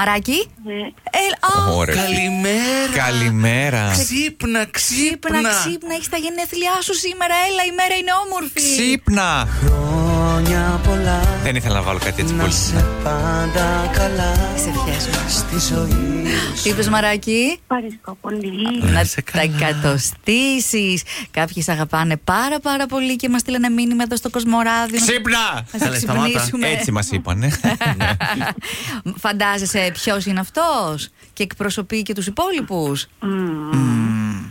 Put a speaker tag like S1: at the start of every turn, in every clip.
S1: Μαράκι.
S2: Ναι.
S1: Ε, α,
S3: Ωραία.
S4: Καλημέρα.
S3: Καλημέρα.
S4: Ξύπνα, ξύπνα.
S1: Ξύπνα, ξύπνα, έχεις τα γενέθλιά σου σήμερα. Έλα, η μέρα είναι όμορφη.
S3: Ξύπνα.
S4: Χρόνια πολλά.
S3: Δεν ήθελα να βάλω κάτι έτσι
S4: Να
S3: πολύ.
S4: σε πάντα καλά.
S1: Τις ευχές μου.
S4: Στη ζωή
S1: Τι είπες, Μαράκι.
S2: Ευχαριστώ πολύ.
S1: Να
S3: Ναι, σε
S1: τα εκατοστήσει. Κάποιοι σε αγαπάνε πάρα πάρα πολύ και μας στείλανε μήνυμα εδώ στο Κοσμοράδιο.
S3: Ξύπνα!
S1: Να σε
S4: Καλέ, σταμάτα.
S1: ξυπνήσουμε. Ναι.
S3: Έτσι μας Ναι. είπανε.
S1: Φαντάζεσαι ποιος είναι αυτός και εκπροσωπεί και τους υπόλοιπους.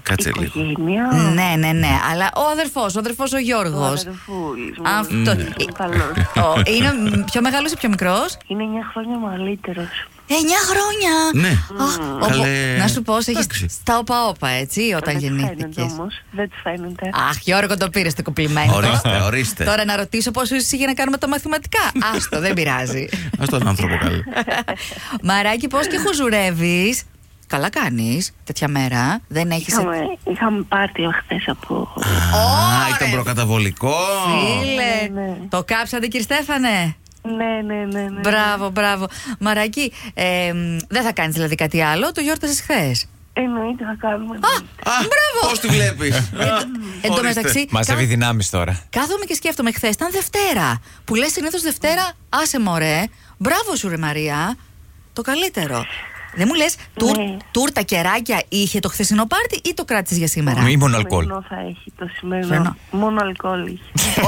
S4: Κάτσε λίγο.
S2: Οικογένεια.
S1: Ναι, ναι, ναι. Αλλά ο αδερφός, ο αδερφός ο
S2: Ο
S1: Γιώργο.
S2: αδερφούλης μου.
S1: Αυτό.
S4: Ε,
S2: Ο καλός.
S1: Είναι πιο μεγάλος ή πιο μικρός.
S2: Είναι 9 χρόνια μεγαλύτερος.
S1: 9 χρόνια!
S4: Ναι.
S1: Αχ, όπου-
S4: Καλέ.
S1: Να σου πω, έχεις
S4: Εντάξει.
S1: τα όπα-όπα, έτσι, όταν
S2: Δεν τους φαίνονται
S1: γεννήθηκες.
S2: όμως. Δεν τους φαίνονται.
S1: Αχ, Γιώργο, το πήρες το κουπλιμέντο.
S4: Ορίστε, ορίστε.
S1: Τώρα να ρωτήσω πόσο είσαι για να κάνουμε τα μαθηματικά. Άστο, δεν πειράζει.
S4: Α τον άνθρωπο καλέ.
S1: Μαράκι, πώς και χουζουρεύεις. Καλά κάνεις τέτοια μέρα. Δεν έχεις.
S2: Είχαμε, είχαμε πάρτι χθες από.
S4: Α, ήταν προκαταβολικό.
S1: Φίλε,
S2: Ναι, ναι.
S1: το κάψατε, κύριε Στέφανε.
S2: ναι, ναι, ναι. ναι.
S1: Μπράβο, μπράβο. Μαράκι, ε, μ, δεν θα κάνεις δηλαδή κάτι άλλο. Το γιόρτασες χθες.
S2: Εννοείται θα κάνουμε.
S1: Μπράβο!
S4: Πώς τη βλέπεις.
S1: Εν τω μεταξύ.
S3: Μαζεύει
S1: κα-
S3: δυνάμεις τώρα.
S1: Κάθομαι και σκέφτομαι χθες. Ήταν Δευτέρα. Που λες συνήθως Δευτέρα, άσε μωρέ. Μπράβο σου, ρε Μαρία. Το καλύτερο. Δεν μου λες, τουρ,
S2: Ναι.
S1: τούρτα κεράκια είχε το χθεσινό πάρτι ή το κράτησες για σήμερα.
S3: Μη μόνο
S2: Το
S3: αλκοόλ.
S2: σημερινό θα έχει το σημερινό.
S1: Σημερινό.
S2: Μόνο αλκοόλ είχε.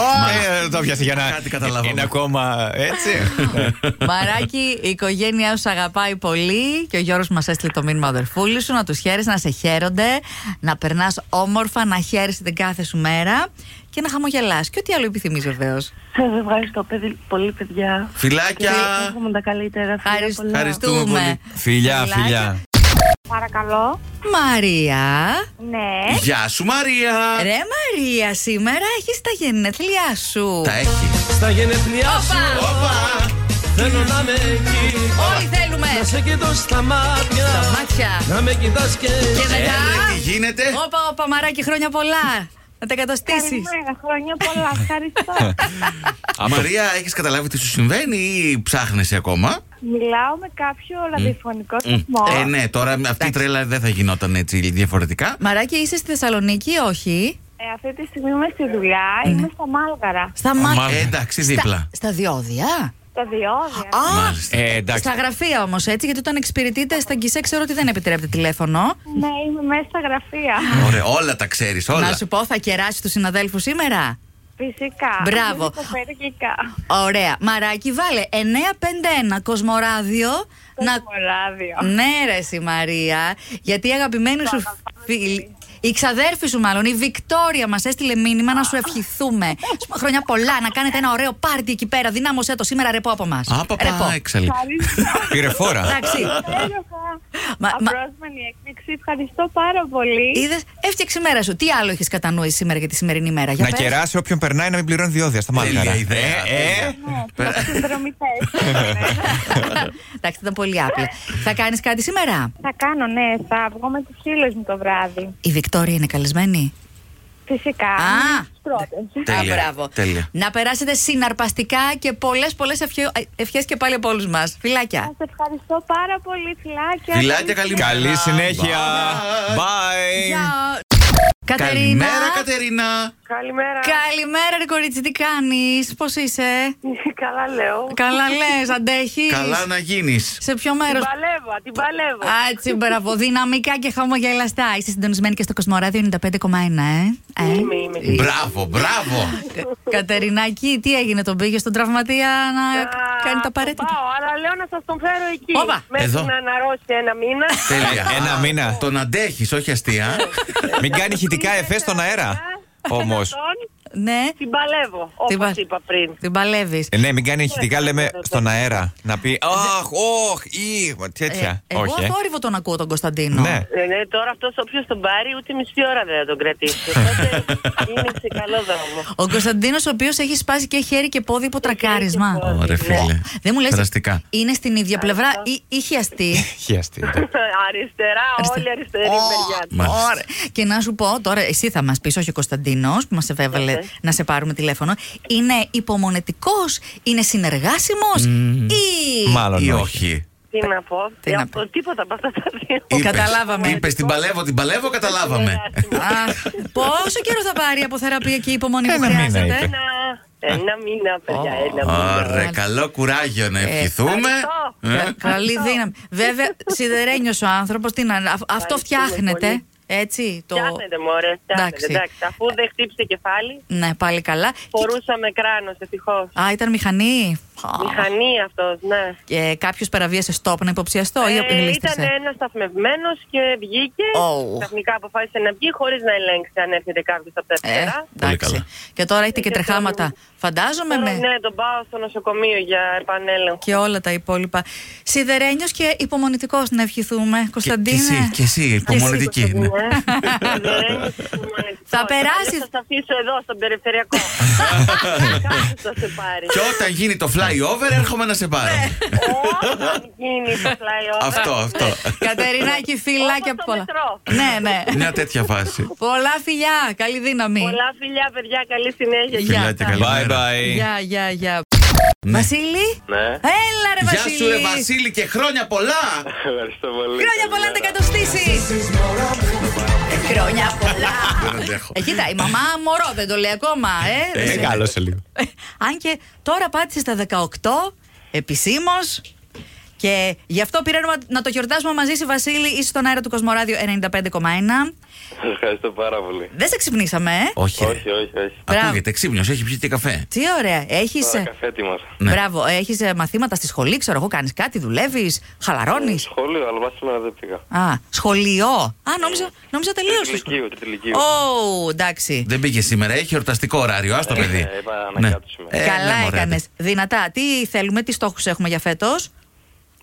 S3: Ε, Το πιάσε για να.
S4: Κάτι καταλάβαμε.
S3: Είναι ακόμα έτσι.
S1: Ε. Μαράκι, η οικογένειά σου σ' αγαπάει πολύ και ο Γιώργος μας έστειλε το μήνυμα αδερφούλης σου να τους χαίρεσαι, να σε χαίρονται, να περνάς όμορφα, να χαίρεσαι την κάθε σου μέρα και να χαμογελάς. Και ό,τι άλλο επιθυμείς βεβαίως.
S2: Σας ευχαριστώ παιδί- πολύ, παιδιά.
S4: Φιλάκια.
S2: Έχουμε τα καλύτερα. Φιλιά πολλά.
S4: Ευχαριστούμε πολύ.
S3: Φιλιά, φιλιά.
S5: Παρακαλώ.
S1: Μαρία.
S5: Ναι.
S4: Γεια σου Μαρία.
S1: Ε? Ρε Μαρία, σήμερα έχεις τα γενέθλιά σου.
S4: Τα έχει.
S6: Στα γενεθλιά
S1: Όπα!
S6: σου θέλω να με εκεί
S1: Όλοι θέλουμε.
S6: Να σε κοιτώ στα μάτια
S1: Τα μάτια.
S6: Να με κοιτάς και
S1: Και μετά.
S4: Τι γίνεται.
S1: Όπα, όπα, Μαράκι, χρόνια πολλά. Να τα εκατοστήσεις.
S5: Καλημέρα. Χρόνια πολλά. Ευχαριστώ.
S4: Μαρία, έχεις καταλάβει τι σου συμβαίνει ή ψάχνεσαι ακόμα.
S5: Μιλάω με κάποιο ραδιοφωνικό σταθμό.
S4: Ε, ναι, τώρα αυτή η τρέλα δεν θα γινόταν έτσι διαφορετικά.
S1: Μαράκι, είσαι στη Θεσσαλονίκη, όχι.
S5: Ε, αυτή τη στιγμή είμαι στη δουλειά. Είμαι στα Μάλγαρα.
S1: Στα μάτια.
S4: Ε, εντάξει, δίπλα.
S1: Στα διόδια.
S5: Τα διόδια.
S1: Α,
S4: Μάλιστα.
S3: Ε, εντάξει.
S1: Στα γραφεία όμως, έτσι, γιατί όταν εξυπηρετείτε στα γκισέ, ξέρω ότι δεν επιτρέπεται τηλέφωνο.
S5: Ναι, είμαι μέσα στα γραφεία.
S4: Ωραία, όλα τα ξέρεις,
S1: Να
S4: όλα.
S1: σου πω, θα κεράσει τους συναδέλφους σήμερα.
S5: Φυσικά.
S1: Μπράβο.
S5: Είμαι κοπέργικα.
S1: Ωραία. Μαράκι, βάλε 951 Κοσμοράδιο. Να...
S5: Κοσμοράδιο.
S1: Ναι, ρε, εσύ, Μαρία. Γιατί η αγαπημένη σου φίλη. Η ξαδέρφη σου, μάλλον, η Βικτόρια, μας έστειλε μήνυμα να σου ευχηθούμε. Σου πούμε χρόνια πολλά, να κάνετε ένα ωραίο πάρτι εκεί πέρα. Δυνάμωσέ το σήμερα, ρεπό από εμά.
S4: Α, παπά, εξαλείπει.
S5: Ευχαριστώ.
S3: Πήρε φόρα.
S1: Εντάξει.
S5: Υπέροχα.
S1: Μα- Ε, μα-
S5: Απρόσμενη έκπληξη. Ευχαριστώ πάρα πολύ.
S1: Είδες, έφτιαξε η μέρα σου. Τι άλλο έχεις κατά νου εσύ σήμερα για τη σημερινή μέρα, για
S3: Να
S1: πες.
S3: κεράσει όποιον περνάει να μην πληρώνει διόδια στα μάτια.
S4: Τέλεια ιδέα.
S3: Ε,
S5: Ναι, συνδρομητές.
S1: Εντάξει, ήταν πολύ άπλη. Θα κάνεις κάτι σήμερα.
S5: Θα κάνω, ναι, θα βγω με τους φίλους μου το βράδυ.
S1: Η Βικτόρια είναι καλεσμένη.
S5: Φυσικά.
S1: Α.
S5: Τους πρώτες.
S4: Τέλεια,
S1: Α, μπράβο.
S4: τέλεια.
S1: Να περάσετε συναρπαστικά και πολλές πολλές ευχέ και πάλι από όλους μας. Φιλάκια.
S5: Σας ευχαριστώ πάρα πολύ. Φιλάκια.
S4: Φιλάκια, καλή
S3: Καλή συνέχεια. Bye.
S1: Κατερίνα.
S4: Καλημέρα, Κατερίνα.
S2: Καλημέρα.
S1: Καλημέρα, ρε κορίτσι, τι κάνεις, πώς είσαι.
S2: Καλά λέω.
S1: Καλά λες, αντέχεις.
S4: Καλά
S2: ναι.
S4: να γίνεις.
S1: Σε ποιο μέρος.
S2: Παλεύω, την παλεύω.
S1: Άτσι, μπράβο. Δυναμικά και χαμογελαστά. Είσαι συντονισμένη και στο Κοσμοράδιο 95,1, ε. ε.
S2: Είμαι, είμαι.
S4: Μπράβο, μπράβο.
S1: Κα- Κατερινάκη, τι έγινε, τον πήγες στον τραυματία να κάνει τα
S2: τον
S1: απαραίτητα.
S2: Πάω, αλλά λέω να σας τον φέρω εκεί.
S1: Όπα.
S2: Μέχρι
S4: Εδώ.
S2: να αναρρώσει ένα μήνα.
S4: Τέλεια.
S3: Ε, Ένα
S4: Α,
S3: μήνα.
S4: Τον αντέχεις, όχι αστεία.
S3: Μην κάνει ηχητικά εφέ στον αέρα. Όμω.
S2: Τον,
S1: Ναι,
S2: την παλεύω, όπως
S1: πα-
S2: είπα πριν.
S1: την παλεύεις.
S3: Ναι, μην κάνει ηχητικά, λέμε στον αέρα. Να πει Αχ, όχ, ή μα, τέτοια.
S1: Ε, εγώ
S3: Όχι. ε.
S1: θόρυβο τον ακούω τον Κωνσταντίνο.
S3: Ναι.
S2: Ναι, ναι, τώρα αυτός όποιος τον πάρει, ούτε μισή ώρα δεν θα τον κρατήσει. Οπότε είναι σε καλό δρόμο.
S1: Ο Κωνσταντίνος, ο οποίος έχει σπάσει και χέρι και πόδι υπό τρακάρισμα.
S4: Ωραία, φίλε.
S1: Ναι. Δεν μου λες.
S4: Φανταστικά.
S1: Είναι στην ίδια πλευρά ή είχε αστεί.
S3: Χιαστή.
S2: αριστερά, όλη αριστερή μεριά. του.
S4: Μάλιστα.
S1: Ωραία. Και να σου πω τώρα, εσύ θα μας πεις, όχι ο Κωνσταντίνος που μας έβαλε να σε πάρουμε τηλέφωνο. Είναι υπομονετικός, είναι συνεργάσιμος ή.
S3: Μάλλον
S4: Ή
S3: όχι.
S4: όχι.
S2: Τι να πω.
S1: Τι να
S2: Από
S1: πω.
S2: Τίποτα από αυτά τα δύο.
S1: Είπες. Καταλάβαμε.
S4: Είπες την παλεύω, την παλεύω, καταλάβαμε.
S1: Αχ, πόσο καιρό θα πάρει από θεραπεία και η υπομονή που
S3: Ένα μήνα
S1: χρειάζεται.
S3: είπε.
S2: Ένα, ένα μήνα, παιδιά, ένα μήνα.
S4: Ωραία, καλό κουράγιο να ευχηθούμε.
S2: Ευχαριστώ.
S4: Ε,
S1: Κα- Καλή δύναμη. Βέβαια, σιδερένιος ο άνθρωπος, αυτό
S2: Ευχαριστούμε
S1: φτιάχνεται.
S2: πολύ.
S1: Έτσι, το...
S2: Φτιάχνετε, μωρέ.
S1: Εντάξει.
S2: Φτιάχνετε, εντάξει. Αφού δεν χτύπησε κεφάλι,
S1: Ναι, πάλι καλά.
S2: φορούσαμε κράνος, ευτυχώς.
S1: Α, ήταν μηχανή. Α,
S2: Μηχανή αυτός, ναι.
S1: Και κάποιος Ε, παραβίασε στόπ να υποψιαστώ
S2: Ε,
S1: ή από την
S2: ήταν
S1: λίστα.
S2: ένας σταθμευμένος και βγήκε.
S1: Ω.
S2: Ξαφνικά αποφάσισε να βγει χωρίς να ελέγξει αν έρχεται κάποιος από
S1: Ε,
S2: τα αριστερά.
S4: Πολύ καλά.
S1: Και τώρα έχετε και
S2: Ε, Και
S1: τρεχάματα.
S2: τον-
S1: Φαντάζομαι
S2: Τώρα,
S1: με.
S2: Ναι, τον πάω στο νοσοκομείο για επανέλεγχο.
S1: Και όλα τα υπόλοιπα. Σιδερένιος και υπομονητικός να ευχηθούμε.
S4: Και, και
S1: Κωνσταντίνε.
S4: εσύ, και εσύ, υπομονετική. ναι.
S1: Θα περάσει.
S2: Λοιπόν, Θα σας αφήσω εδώ στον περιφερειακό. Κάποιος θα σε πάρει.
S4: Και όταν γίνει το flyover, έρχομαι να σε πάρω.
S2: Όταν γίνει το flyover.
S4: Αυτό, αυτό.
S1: Κατερινάκη, φιλάκια
S2: Όπως το
S1: πολλά.
S2: μετρό.
S1: Ναι, ναι.
S4: Μια τέτοια φάση.
S1: Πολλά φιλιά. Καλή δύναμη.
S2: Πολλά φιλιά, παιδιά. Καλή συνέχεια.
S1: Γεια.
S4: Φιλιά και καλημέρα.
S3: Bye
S4: Ε.
S3: bye.
S1: Γεια, γεια, γεια. Βασίλη.
S7: Ναι,
S1: Έλα, ρε
S4: Γεια
S1: Ε, Βασίλη.
S4: σου, ρε Βασίλη, και χρόνια πολλά!
S7: ευχαριστώ πολύ.
S1: Χρόνια πολλά να τα κατοστήσεις. Χρόνια πολλά.
S4: Δεν αντέχω.
S1: Ε, κοίτα, η μαμά μωρό δεν το λέει ακόμα, ε.
S4: Ε,
S1: Δεν σε-
S3: Μεγάλωσε λίγο.
S1: Αν και τώρα πάτησε στα 18, επισήμως. Και γι' αυτό πήραμε να το γιορτάσουμε μαζί σε Βασίλη, είσαι στον αέρα του Κοσμοράδιο 95,1.
S7: Σας ευχαριστώ πάρα πολύ.
S1: Δεν σε ξυπνήσαμε, ε.
S4: Όχι. ρε.
S7: Όχι, όχι, όχι.
S1: Μπράβο.
S4: Ακούγεται ξύπνιος, έχει πιει και καφέ.
S1: Τι ωραία. Έχεις.
S7: Τώρα καφέ ετοιμάσα.
S4: Ναι.
S1: Μπράβο, έχεις μαθήματα στη σχολή, ξέρω εγώ, κάνεις κάτι, δουλεύεις, χαλαρώνεις.
S7: Ε, Σχολείο, αλλά μας σήμερα δεν πήγα.
S1: Α, σχολείο. Α, νόμιζα, νόμιζα τελείωσες.
S7: Τριτηλικίου, τριτηλικίου.
S1: Ω, εντάξει.
S4: Δεν πήγε σήμερα, έχει εορταστικό ωράριο, άστο παιδί.
S7: ε, είπα να
S4: Ναι.
S7: κάτσω σήμερα.
S4: Ε,
S1: Καλά
S4: ναι, μωρέ,
S1: έκανε. Δυνατά. Τι θέλουμε, τι στόχους έχουμε για φέτος.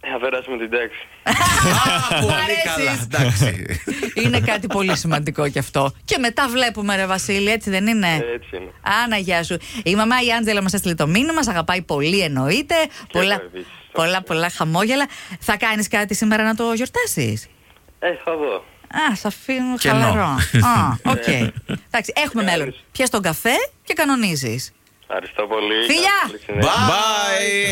S7: Ε, Θα περάσουμε την τάξη.
S4: Α,
S1: Μ'
S4: πολύ
S1: αρέσεις.
S4: καλά. Εντάξει.
S1: είναι κάτι πολύ σημαντικό κι αυτό. Και μετά βλέπουμε, ρε Βασίλη, έτσι δεν είναι.
S7: Ε, Έτσι είναι.
S1: Άνα, γεια σου. Η μαμά η Άντζελα μας έστειλε το μήνυμα, σ' αγαπάει πολύ εννοείται. Πολλά,
S7: εγώ επίσης.
S1: πολλά, πολλά χαμόγελα. Θα κάνεις κάτι σήμερα να το γιορτάσεις.
S7: Ε, θα δω.
S1: Α, σ' αφήνω
S4: Και ενώ.
S1: χαλαρό. Α, οκ. Εντάξει, έχουμε
S7: Κάνεις.
S1: μέλλον. Πιες τον καφέ και κανονίζεις.
S7: Ευχαριστώ πολύ.
S1: Φιλιά.
S7: Καλή συνέχεια.
S4: Bye.
S3: Bye.